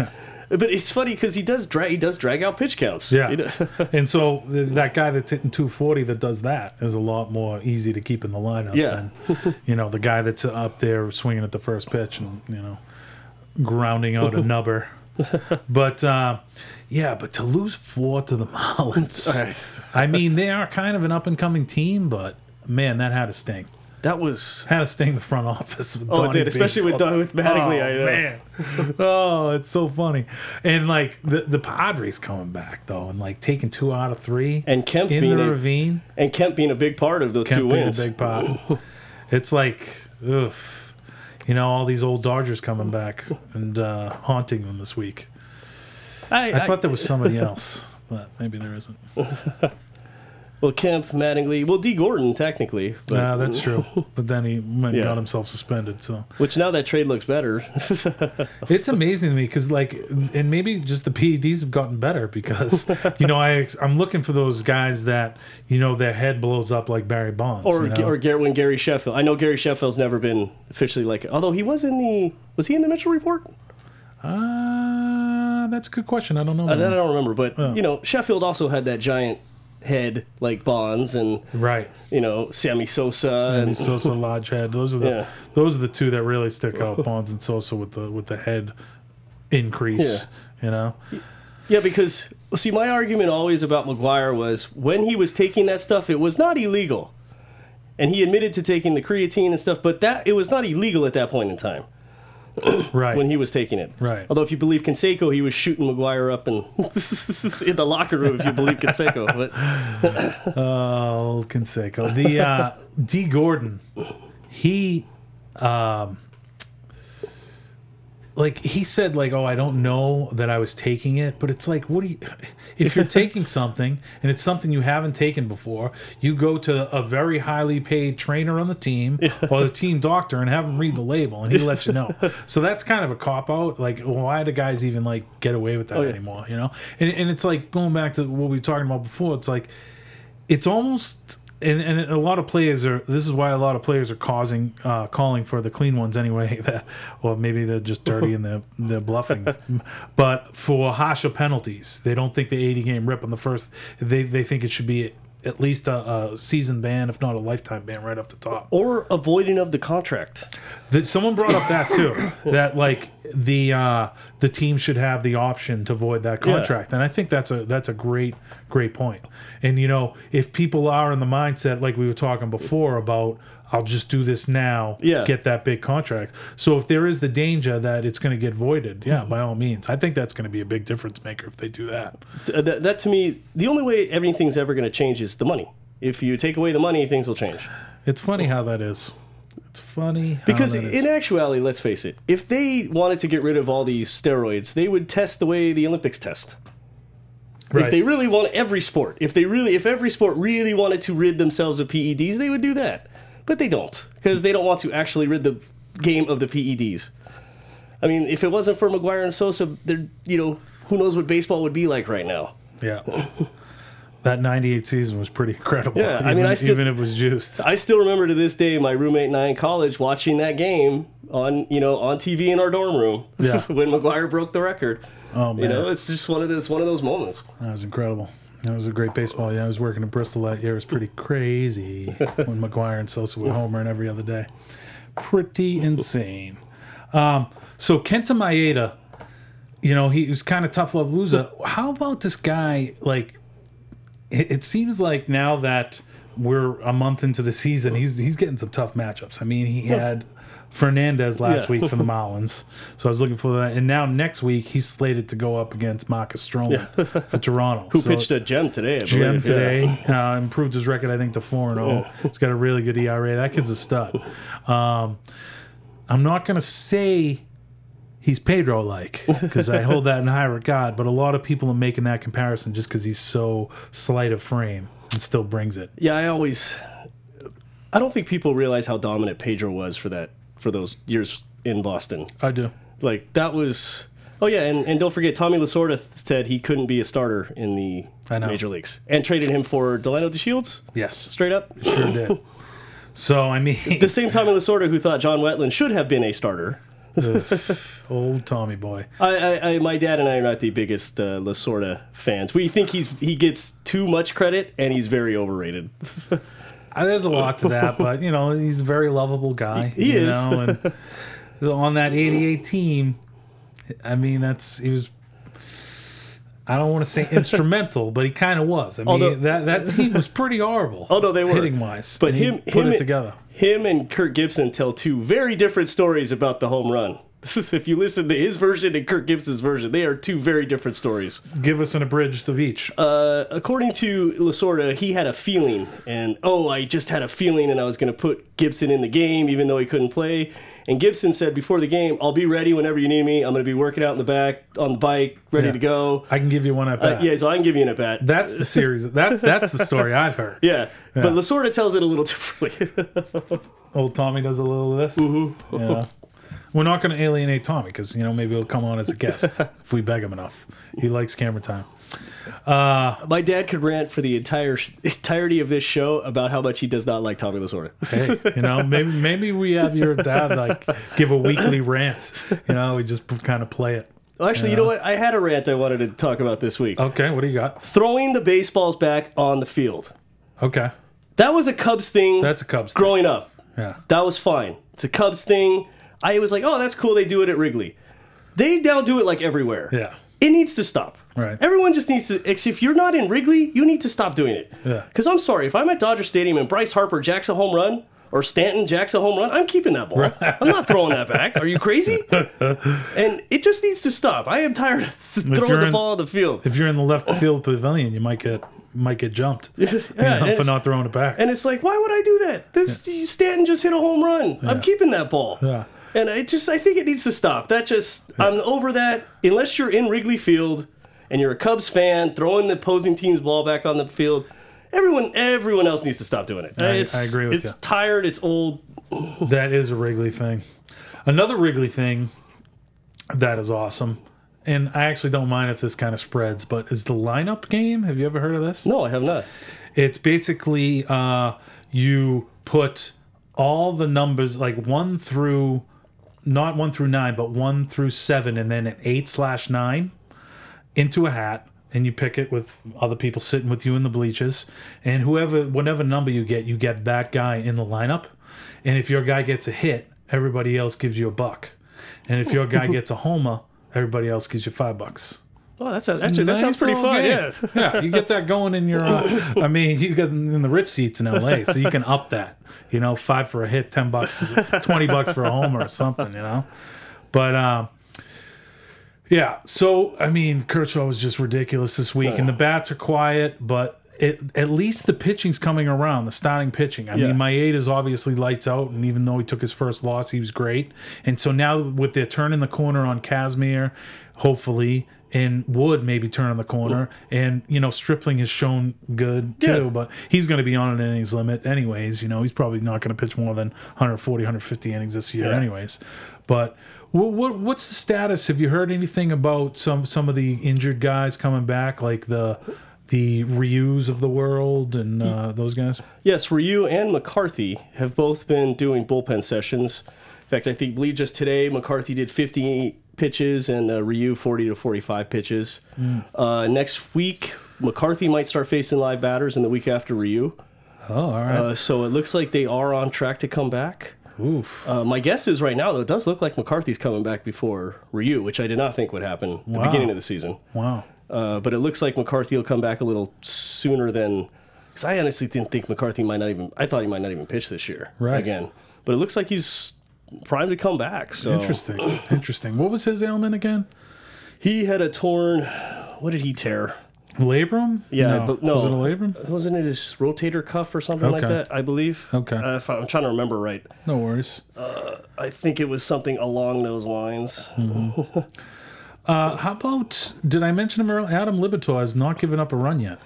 Speaker 3: but it's funny because he does drag he does drag out pitch counts. He
Speaker 1: Yeah.
Speaker 3: does-
Speaker 1: and so th- that guy that's hitting 240 that does that is a lot more easy to keep in the lineup
Speaker 3: Yeah.
Speaker 1: than, you know, the guy that's up there swinging at the first pitch and, you know, grounding out a nubber. but uh, yeah, but to lose four to the Marlins,
Speaker 3: Nice.
Speaker 1: I mean, they are kind of an up and coming team, but man, that had a sting.
Speaker 3: that was
Speaker 1: Had a sting the front office. With
Speaker 3: oh it
Speaker 1: Donnie
Speaker 3: did especially with
Speaker 1: Baseball.
Speaker 3: Don- with Mattingly. I know.
Speaker 1: Oh, man. Oh, it's so funny. And like the the Padres coming back though, and like taking two out of three,
Speaker 3: And Kemp
Speaker 1: in the
Speaker 3: being a-
Speaker 1: ravine,
Speaker 3: And Kemp being a big part of those
Speaker 1: Kemp
Speaker 3: two
Speaker 1: being
Speaker 3: wins.
Speaker 1: a big pot. it's like, oof, you know, all these old Dodgers coming back and uh, haunting them this week.
Speaker 3: I,
Speaker 1: I
Speaker 3: I-
Speaker 1: thought there was somebody else, but maybe there isn't.
Speaker 3: well Kemp Mattingly well D Gordon technically, but,
Speaker 1: Uh, that's true. But then he went and
Speaker 3: Yeah.
Speaker 1: got himself suspended, so.
Speaker 3: which now that trade looks better.
Speaker 1: It's amazing to me because, like, and maybe just the PEDs have gotten better because, you know, I ex- I'm looking for those guys that you know their head blows up like Barry Bonds
Speaker 3: or
Speaker 1: you know?
Speaker 3: or Gar- when Gary Sheffield. I know Gary Sheffield's never been officially like, although he was in the was he in the Mitchell report?
Speaker 1: uh, that's a good question. I don't know.
Speaker 3: Uh, That I don't remember, but you know Sheffield also had that giant head like Bonds and
Speaker 1: right,
Speaker 3: you know Sammy Sosa
Speaker 1: and
Speaker 3: and
Speaker 1: Sosa Lodge head. Those are the
Speaker 3: Yeah.
Speaker 1: those are the two that really stick out. Bonds and Sosa with the with the head increase. You know,
Speaker 3: yeah because see my argument always about McGuire was when he was taking that stuff it was not illegal, and he admitted to taking the creatine and stuff, but that it was not illegal at that point in time.
Speaker 1: right?
Speaker 3: when he was taking it.
Speaker 1: Right.
Speaker 3: Although, if you believe Conseco, he was shooting McGuire up in, in the locker room. If you believe Conseco, but
Speaker 1: Oh, Canseco. The uh, D. Gordon, he, um, like he said, like, oh, I don't know that I was taking it, but it's like, what do you? If you're taking something and it's something you haven't taken before, you go to a very highly paid trainer on the team or the team doctor and have him read the label, and he lets you know. So that's kind of a cop out. Like, why do guys even like get away with that
Speaker 3: yeah.
Speaker 1: anymore? You know? And and it's like going back to what we were talking about before. It's like it's almost and, and a lot of players are this is why a lot of players are causing uh, calling for the clean ones anyway that well maybe they're just dirty and they're, they're bluffing but for harsher penalties they don't think the 80 game rip on the first they, they think it should be at least a, a season ban if not a lifetime ban right off the top
Speaker 3: or avoiding of the contract.
Speaker 1: that someone brought up that too that like the uh the team should have the option to void that contract and i think that's a that's a great great point and you know if people are in the mindset like we were talking before about i'll just do this now
Speaker 3: Yeah.
Speaker 1: get that big contract so if there is the danger that it's going to get voided yeah
Speaker 3: Mm-hmm.
Speaker 1: by all means i think that's going to be a big difference maker if they do that
Speaker 3: Uh, That, that to me, the only way everything's ever going to change is the money. If you take away the money, things will change.
Speaker 1: It's funny how that is. It's funny how
Speaker 3: Because
Speaker 1: that is.
Speaker 3: in actuality, let's face it, if they wanted to get rid of all these steroids, they would test the way the Olympics test. If
Speaker 1: Right.
Speaker 3: they really want every sport, if they really, if every sport really wanted to rid themselves of PEDs, they would do that. But they don't because they don't want to actually rid the game of the PEDs. I mean, if it wasn't for McGuire and Sosa, there, you know, who knows what baseball would be like right now.
Speaker 1: yeah. That 98 season was pretty incredible.
Speaker 3: Yeah, I
Speaker 1: even,
Speaker 3: mean, I still-
Speaker 1: even if it was juiced.
Speaker 3: I still remember to this day my roommate and I in college watching that game on you know on TV in our dorm room
Speaker 1: Yeah.
Speaker 3: when McGuire broke the record.
Speaker 1: Oh,
Speaker 3: You
Speaker 1: man.
Speaker 3: know, it's just one of those one of those moments.
Speaker 1: That was incredible. That was a great baseball. Yeah, I was working in Bristol that year. It was pretty crazy when McGuire and Sosa would homer and every other day. Pretty insane. Um, so Kenta Maeda, you know, he was kind of tough love loser. How about this guy? Like, it, it seems like now that we're a month into the season, he's he's getting some tough matchups. I mean, he had Fernandez last
Speaker 3: Yeah.
Speaker 1: week for the Marlins, so I was looking for that. And now next week he's slated to go up against Marcus Stroman for Toronto,
Speaker 3: Who pitched a gem today? I believe.
Speaker 1: GM
Speaker 3: yeah.
Speaker 1: today. Uh, improved his record, I think, to four and zero. He's got a really good ERA. That kid's a stud. Um, I'm not gonna say he's Pedro like because I hold that in high regard, but a lot of people are making that comparison just because he's so slight of frame and still brings it.
Speaker 3: Yeah, I always. I don't think people realize how dominant Pedro was for that for those years in Boston.
Speaker 1: I do.
Speaker 3: Like that was. Oh yeah, and, and don't forget Tommy Lasorda said he couldn't be a starter in the
Speaker 1: I know.
Speaker 3: major leagues and traded him for Delano De Shields
Speaker 1: Yes,
Speaker 3: straight up.
Speaker 1: sure did. So I mean,
Speaker 3: The same Tommy Lasorda who thought John Wetland should have been a starter.
Speaker 1: old Tommy boy.
Speaker 3: I, I, I my dad and I are not the biggest uh, Lasorda fans. We think he's he gets too much credit and he's very overrated.
Speaker 1: Uh, There's a lot to that, but you know he's a very lovable guy.
Speaker 3: He
Speaker 1: you
Speaker 3: is.
Speaker 1: Know, and on that '88 team, I mean that's he was. I don't want to say instrumental, but he kind of was. I mean
Speaker 3: Although-
Speaker 1: that that team was pretty horrible.
Speaker 3: Although they were
Speaker 1: hitting wise,
Speaker 3: but him
Speaker 1: he put
Speaker 3: him
Speaker 1: it together.
Speaker 3: Him and Kirk Gibson tell two very different stories about the home run. This is if you listen to his version and Kirk Gibson's version, they are two very different stories.
Speaker 1: Give us an abridged of each.
Speaker 3: Uh, according to Lasorda, he had a feeling, and oh, I just had a feeling, and I was going to put Gibson in the game, even though he couldn't play. And Gibson said before the game, "I'll be ready whenever you need me. I'm going to be working out in the back on the bike, ready
Speaker 1: Yeah.
Speaker 3: to go."
Speaker 1: I can give you one at
Speaker 3: Uh,
Speaker 1: bat.
Speaker 3: yeah, so I can give you an at bat.
Speaker 1: That's the series. That's that's the story I've heard.
Speaker 3: yeah. but Lasorda tells it a little differently.
Speaker 1: Old Tommy does a little of this. Yeah. We're not going to alienate Tommy because, you know, maybe he'll come on as a guest if we beg him enough. He likes camera time.
Speaker 3: My dad could rant for the entire entirety of this show about how much he does not like Tommy Lasorda.
Speaker 1: Hey, you know, maybe maybe we have your dad like give a weekly rant. You know, we just kind of play it.
Speaker 3: Well, actually, you know what? I had a rant I wanted to talk about this week.
Speaker 1: Okay, what do you got?
Speaker 3: Throwing the baseballs back on the field.
Speaker 1: Okay,
Speaker 3: That was a Cubs thing.
Speaker 1: that's a Cubs. Thing.
Speaker 3: growing up.
Speaker 1: Yeah,
Speaker 3: That was fine. It's a Cubs thing. I was like, oh, that's cool. They do it at Wrigley. They now do it like everywhere.
Speaker 1: yeah,
Speaker 3: It needs to stop.
Speaker 1: Right.
Speaker 3: Everyone just needs to. ex- If you're not in Wrigley, you need to stop doing it.
Speaker 1: Yeah.
Speaker 3: Because I'm sorry, if I'm at Dodger Stadium and Bryce Harper jacks a home run or Stanton jacks a home run, I'm keeping that ball. I'm not throwing that back. Are you crazy? and it just needs to stop. I am tired of
Speaker 1: you're
Speaker 3: throwing the
Speaker 1: in-
Speaker 3: ball on the field.
Speaker 1: If you're in the left field pavilion, you might get might get jumped you know,
Speaker 3: and
Speaker 1: for
Speaker 3: it's-
Speaker 1: not throwing it back.
Speaker 3: And it's like, why would I do that? This Stanton just hit a home run. I'm keeping that ball.
Speaker 1: Yeah.
Speaker 3: And I just I think it needs to stop. That just I'm over that. Unless you're in Wrigley Field and you're a Cubs fan, throwing the opposing team's ball back on the field, everyone everyone else needs to stop doing it.
Speaker 1: I
Speaker 3: it's,
Speaker 1: agree with
Speaker 3: It's
Speaker 1: you.
Speaker 3: tired. It's old.
Speaker 1: That is a Wrigley thing. Another Wrigley thing that is awesome, and I actually don't mind if this kind of spreads, but is the lineup game. Have you ever heard of this?
Speaker 3: No, I have not.
Speaker 1: It's basically uh, you put all the numbers like one through, not one through nine, but one through seven, and then an eight slash nine into a hat, and you pick it with other people sitting with you in the bleachers, and whoever, whatever number you get, you get that guy in the lineup, and if your guy gets a hit, everybody else gives you a buck, and if your guy gets a homer, everybody else gives you five bucks.
Speaker 3: Oh, that sounds actually that sounds
Speaker 1: Nice
Speaker 3: pretty
Speaker 1: little
Speaker 3: fun.
Speaker 1: game.
Speaker 3: Yeah.
Speaker 1: yeah, you get that going in your. Uh, I mean, you get in the rich seats in LA, so you can up that. You know, five for a hit, ten bucks, twenty bucks for a homer or something. You know, but um, yeah. So I mean, Kershaw was just ridiculous this week, and the bats are quiet, but it, at least the pitching's coming around, the starting pitching. I
Speaker 3: Yeah.
Speaker 1: mean, Maeda's obviously lights out, and even though he took his first loss, he was great. And so now with their turning the corner on Casimir, hopefully, and Wood maybe turning the corner, and you know Stripling has shown good too,
Speaker 3: Yeah.
Speaker 1: but he's going to be on an innings limit anyways. You know, he's probably not going to pitch more than 140, 150 innings this year anyways. But what, what what's the status? Have you heard anything about some some of the injured guys coming back, like the the Ryu's of the world and uh, those guys?
Speaker 3: Yes, Ryu and McCarthy have both been doing bullpen sessions. In fact, I think believe just today McCarthy did 50 pitches and uh, Ryu 40 to 45 pitches. Uh, next week, McCarthy might start facing live batters, and the week after Ryu.
Speaker 1: Oh, all right.
Speaker 3: Uh, so it looks like they are on track to come back.
Speaker 1: Oof.
Speaker 3: Uh, my guess is right now, though, it does look like McCarthy's coming back before Ryu, which I did not think would happen at the
Speaker 1: Wow.
Speaker 3: beginning of the season.
Speaker 1: Wow.
Speaker 3: Uh, but it looks like McCarthy will come back a little sooner than. Because I honestly didn't think McCarthy might not even. I thought he might not even pitch this year.
Speaker 1: Right.
Speaker 3: Again. But it looks like he's primed to come back. So
Speaker 1: Interesting. Interesting. What was his ailment again?
Speaker 3: He had a torn. What did he tear?
Speaker 1: Labrum?
Speaker 3: Yeah,
Speaker 1: no.
Speaker 3: but no.
Speaker 1: Was it a labrum?
Speaker 3: Wasn't it his rotator cuff or something like
Speaker 1: Okay.
Speaker 3: that? I believe.
Speaker 1: Okay.
Speaker 3: Uh, if I, am trying to remember right.
Speaker 1: No worries.
Speaker 3: I think it was something along those lines.
Speaker 1: Uh, how about? Did I mention him earlier? Adam Libator has not given up a run yet.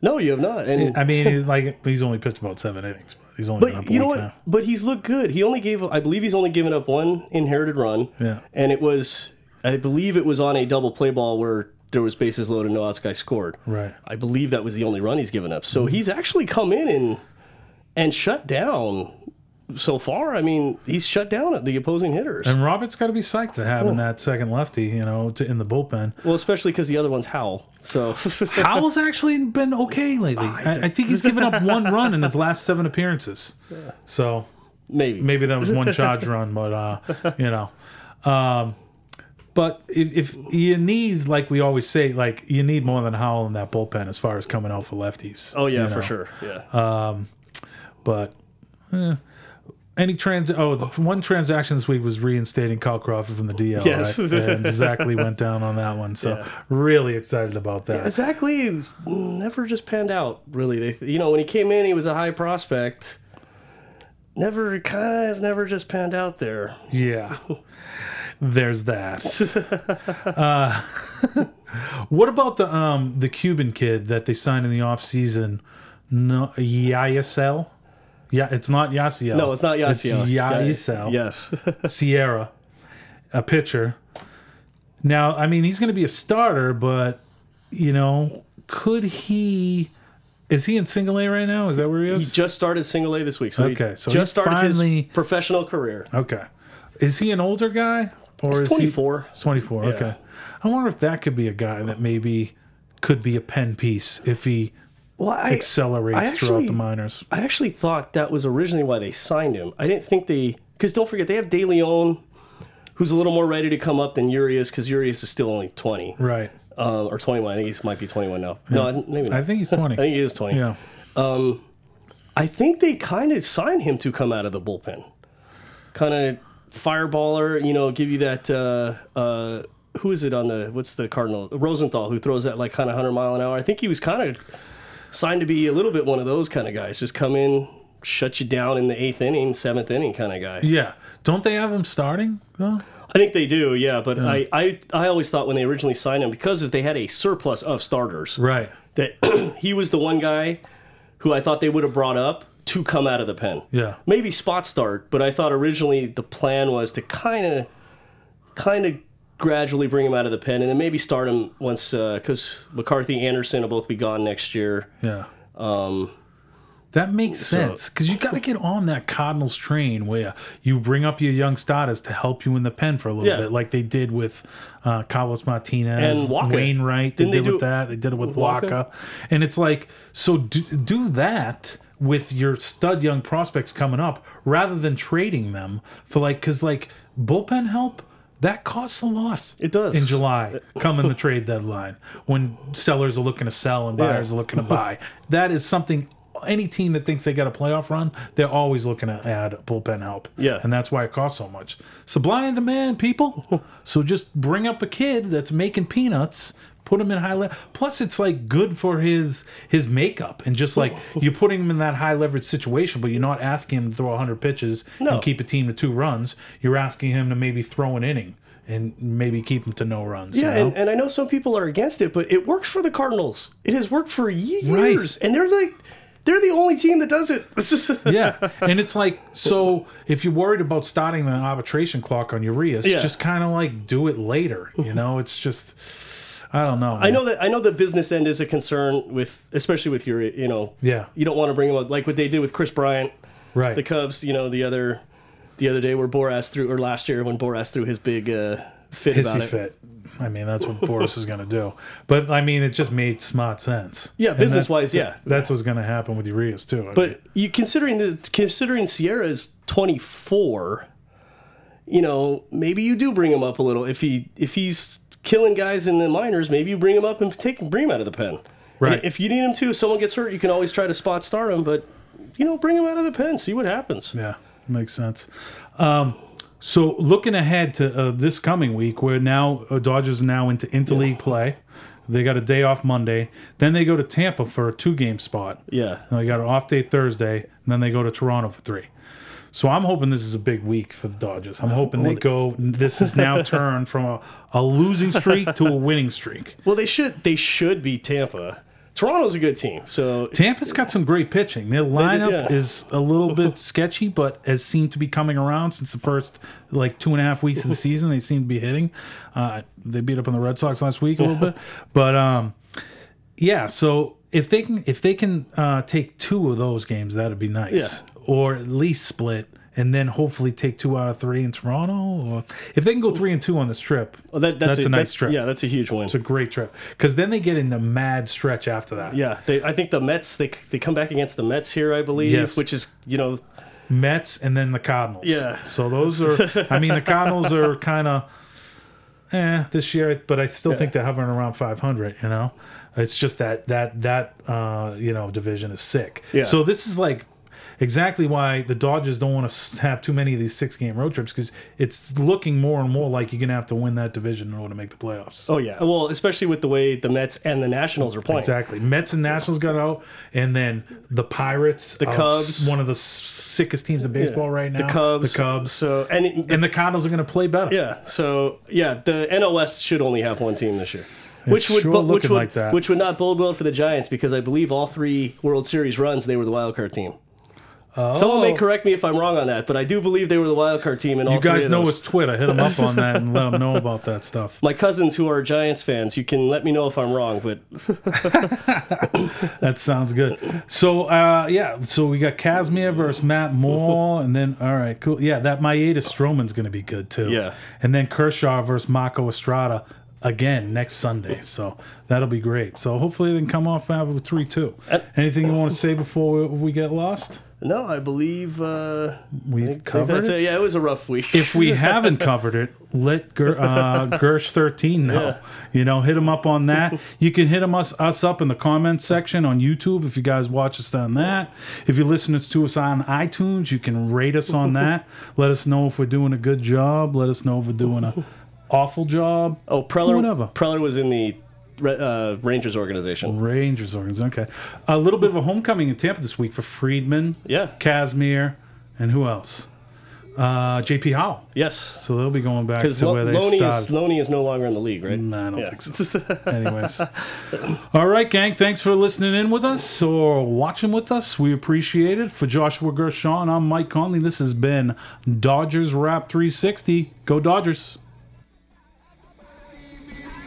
Speaker 3: No, you have not. And
Speaker 1: I mean, he's like he's only pitched about seven innings, but he's only been up
Speaker 3: But
Speaker 1: a
Speaker 3: you know
Speaker 1: week
Speaker 3: what?
Speaker 1: now.
Speaker 3: But he's looked good. He only gave, I believe, he's only given up one inherited run.
Speaker 1: Yeah.
Speaker 3: And it was, I believe, it was on a double play ball where there was bases loaded, and no outs, guy scored.
Speaker 1: Right. Mm-hmm.
Speaker 3: I believe that was the only run he's given up. So he's actually come in and and shut down. So far, I mean, he's shut down at the opposing hitters.
Speaker 1: And Robert's got to be psyched to
Speaker 3: Oh.
Speaker 1: having that second lefty, you know, to, in the bullpen.
Speaker 3: well, especially because the other one's Howell. So
Speaker 1: Howell's actually been okay lately. I, I think he's given up one run in his last seven appearances. So
Speaker 3: maybe.
Speaker 1: maybe that was one charge run, but uh, you know, um, but if, if you need, like we always say, like you need more than Howell in that bullpen as far as coming out for lefties.
Speaker 3: Oh yeah,
Speaker 1: you
Speaker 3: for
Speaker 1: know.
Speaker 3: sure. Yeah.
Speaker 1: but eh. any trans oh the one transaction this week was reinstating Kyle Crawford from the DL.
Speaker 3: Yes.
Speaker 1: right? and Zachary went down on that one. So really excited about that.
Speaker 3: Exactly. It was- never just panned out, really. They, you know, when he came in, he was a high prospect. Never, kind of has never just panned out there.
Speaker 1: Yeah. There's that. uh, what about the um the Cuban kid that they signed in the offseason? No, Yasel. Yeah, it's not Yasiel.
Speaker 3: No, it's not Yasiel.
Speaker 1: It's Yasiel.
Speaker 3: Yes.
Speaker 1: Sierra, a pitcher. Now, I mean, he's going to be a starter, but you know, could he? Is he in single A right now? Is that where he
Speaker 3: he
Speaker 1: is?
Speaker 3: just started single A this week. So
Speaker 1: Okay,
Speaker 3: he
Speaker 1: so he's
Speaker 3: just started
Speaker 1: finally-
Speaker 3: his professional career.
Speaker 1: okay. Is he an older guy or is he-
Speaker 3: 24.
Speaker 1: He's 24. Okay. I wonder if that could be a guy that maybe could be a pen piece if he
Speaker 3: Well, I,
Speaker 1: accelerates
Speaker 3: I
Speaker 1: throughout
Speaker 3: actually-
Speaker 1: the minors.
Speaker 3: I actually thought that was originally why they signed him. I didn't think they, because don't forget they have De Leon, who's a little more ready to come up than Urias, because Urias is still only twenty
Speaker 1: Right.
Speaker 3: uh, or twenty-one. I think he might be twenty-one now. No, I- maybe not.
Speaker 1: I think he's 20.
Speaker 3: I think he is twenty.
Speaker 1: yeah.
Speaker 3: I think they kind of signed him to come out of the bullpen, kind of fireballer. You know, give you that. Uh, uh, who is it on the? What's the Cardinal Rosenthal who throws that like kind of hundred mile an hour? I think he was kind of signed to be a little bit one of those kind of guys. Just come in, shut you down in the eighth inning, seventh inning kind of guy.
Speaker 1: Yeah. Don't they have him starting though?
Speaker 3: I think they do, yeah. But I, I, I always thought when they originally signed him because if they had a surplus of starters,
Speaker 1: Right.
Speaker 3: that he was the one guy who I thought they would have brought up to come out of the pen.
Speaker 1: Yeah.
Speaker 3: Maybe spot start, but I thought originally the plan was to kind of, kind of gradually bring him out of the pen, and then maybe start him once because McCarthy Anderson will both be gone next year.
Speaker 1: Yeah. Um, that makes sense because you got to get on that Cardinals train where you bring up your young starters to help you in the pen for a little
Speaker 3: Yeah.
Speaker 1: bit, like they did with uh, Carlos Martinez
Speaker 3: And Waka.
Speaker 1: Wainwright. They
Speaker 3: Didn't they
Speaker 1: did
Speaker 3: do
Speaker 1: with
Speaker 3: it-
Speaker 1: that. They did it with
Speaker 3: Waka?
Speaker 1: Waka. and it's like so do, do that with your stud young prospects coming up rather than trading them for like because like bullpen help. That costs a lot.
Speaker 3: It does.
Speaker 1: in July, come in the trade deadline when sellers are looking to sell and buyers are looking to buy. That is something any team that thinks they got a playoff run, they're always looking to add bullpen help.
Speaker 3: Yeah.
Speaker 1: And that's why it costs so much. Supply and demand, people. so just bring up a kid that's making peanuts, Put him in high level. Plus, it's like good for his his makeup and just like you're putting him in that high leverage situation, but you're not asking him to throw 100 pitches
Speaker 3: No.
Speaker 1: and keep a team to two runs. You're asking him to maybe throw an inning and maybe keep him to no runs.
Speaker 3: Yeah,
Speaker 1: you know?
Speaker 3: and, and I know some people are against it, but it works for the Cardinals. It has worked for years, and they're like, they're the only team that does it. It's just-
Speaker 1: yeah, and it's like so. If you're worried about starting the arbitration clock on Urias,
Speaker 3: Yeah.
Speaker 1: just kind of like do it later. You know, it's just I don't know.
Speaker 3: I know that I know the business end is a concern with, especially with your, you know,
Speaker 1: Yeah.
Speaker 3: you don't want to bring him up like what they did with Chris Bryant,
Speaker 1: right?
Speaker 3: the Cubs. You know, the other, the other day where Boras threw, or last year when Boras threw his big uh, fit about
Speaker 1: Hissy
Speaker 3: it.
Speaker 1: fit. I mean, that's what Boris is going to do. But I mean, it just made smart sense.
Speaker 3: Yeah,
Speaker 1: And
Speaker 3: business-wise,
Speaker 1: that's-
Speaker 3: yeah.
Speaker 1: that's what's going to happen with Urias too. I mean,
Speaker 3: But you considering the considering Sierra is 24, you know, maybe you do bring him up a little if he if he's killing guys in the minors, maybe you bring him up and take bring him out of the pen.
Speaker 1: Right.
Speaker 3: And if you need him to, someone gets hurt, you can always try to spot start him, but you know, bring him out of the pen, see what happens.
Speaker 1: Yeah, makes sense. Um, so looking ahead to uh, this coming week, where now uh, Dodgers are now into interleague play. They got a day off Monday. Then they go to Tampa for a two-game spot.
Speaker 3: Yeah.
Speaker 1: And they got an off day Thursday, and then they go to Toronto for three. So I'm hoping this is a big week for the Dodgers. I'm hoping they go. This is now turned from a, a losing streak to a winning streak.
Speaker 3: Well, they should they should be Tampa. Toronto's a good team. So
Speaker 1: Tampa's got some great pitching. Their lineup
Speaker 3: yeah.
Speaker 1: is a little bit sketchy, but has seemed to be coming around since the first like two and a half weeks of the season. They seem to be hitting. Uh, they beat up on the Red Sox last week a little bit, but um, yeah. So if they can if they can uh, take two of those games, that'd be nice, or at least split. And then hopefully take two out of three in Toronto, or if they can go three and two on this trip,
Speaker 3: well, Oh, that, that's,
Speaker 1: That's a nice trip.
Speaker 3: Yeah, that's a huge win.
Speaker 1: it's a great trip. Because then they get in the mad stretch after that.
Speaker 3: yeah, they, I think the Mets they, they come back against the Mets here, I believe,
Speaker 1: Yes.
Speaker 3: which is you know
Speaker 1: Mets and then the Cardinals.
Speaker 3: Yeah.
Speaker 1: So those are. I mean, the Cardinals are kind of, eh, this year, but I still think they're hovering around 500. You know, it's just that that that uh, you know division is sick.
Speaker 3: Yeah.
Speaker 1: So this is like exactly why the Dodgers don't want to have too many of these six game road trips because it's looking more and more like you're gonna have to win that division in order to make the playoffs.
Speaker 3: Oh yeah. Well, especially with the way the Mets and the Nationals are playing.
Speaker 1: Exactly. Mets and Nationals got out, and then the Pirates, the
Speaker 3: Cubs.
Speaker 1: one of the sickest teams in
Speaker 3: Yeah.
Speaker 1: baseball right now.
Speaker 3: The Cubs.
Speaker 1: the Cubs.
Speaker 3: So and it,
Speaker 1: and the Cardinals are going to play better.
Speaker 3: yeah. So yeah, the NOS should only have one team this year. Which would,
Speaker 1: sure
Speaker 3: bo- which
Speaker 1: looking
Speaker 3: would
Speaker 1: like that.
Speaker 3: which would not bode well for the Giants because I believe all three World Series runs they were the wild card team. Someone may correct me if I'm wrong on that, but I do believe they were the wild card team in all
Speaker 1: Oh. You guys
Speaker 3: three of
Speaker 1: know
Speaker 3: those.
Speaker 1: it's Twitter. Hit them up on that and let them know about that stuff.
Speaker 3: My cousins who are Giants fans, you can let me know if I'm wrong, but
Speaker 1: That sounds good. So uh, yeah, so we got Casimir versus Matt Moore, and then all right, cool. Yeah, that Maeda Stroman's going to be good too.
Speaker 3: Yeah.
Speaker 1: and then Kershaw versus Marco Estrada again next Sunday. So that'll be great. So hopefully they can come off and have a three two. Anything you want to say before we, we get lost?
Speaker 3: no, I believe uh,
Speaker 1: We've
Speaker 3: I think
Speaker 1: covered.
Speaker 3: that's
Speaker 1: it.
Speaker 3: it. Yeah, it was a rough week.
Speaker 1: if we haven't covered it, let Ger- uh, Gersh thirteen know. You know, hit him up on that. You can hit him us us up in the comments section on YouTube if you guys watch us on that. If you're listening to us on iTunes, you can rate us on that. let us know if we're doing a good job. Let us know if we're doing a awful job.
Speaker 3: oh, Preller,
Speaker 1: Whatever. Oh.
Speaker 3: Preller was in the uh, Rangers organization.
Speaker 1: Rangers organization. Okay, a little bit of a homecoming in Tampa this week for Friedman,
Speaker 3: Yeah.
Speaker 1: Casimir, and who else? Uh, JP Howell.
Speaker 3: Yes.
Speaker 1: So they'll be going back
Speaker 3: Because
Speaker 1: to where they
Speaker 3: Loney
Speaker 1: started.
Speaker 3: is, Loney is no longer in the league, right?
Speaker 1: No, I don't
Speaker 3: Yeah.
Speaker 1: think so. Anyways. All right, gang. Thanks for listening in with us or watching with us. We appreciate it. For Joshua Gershon, I'm Mike Conley. This has been Dodgers Wrap 360. Go Dodgers.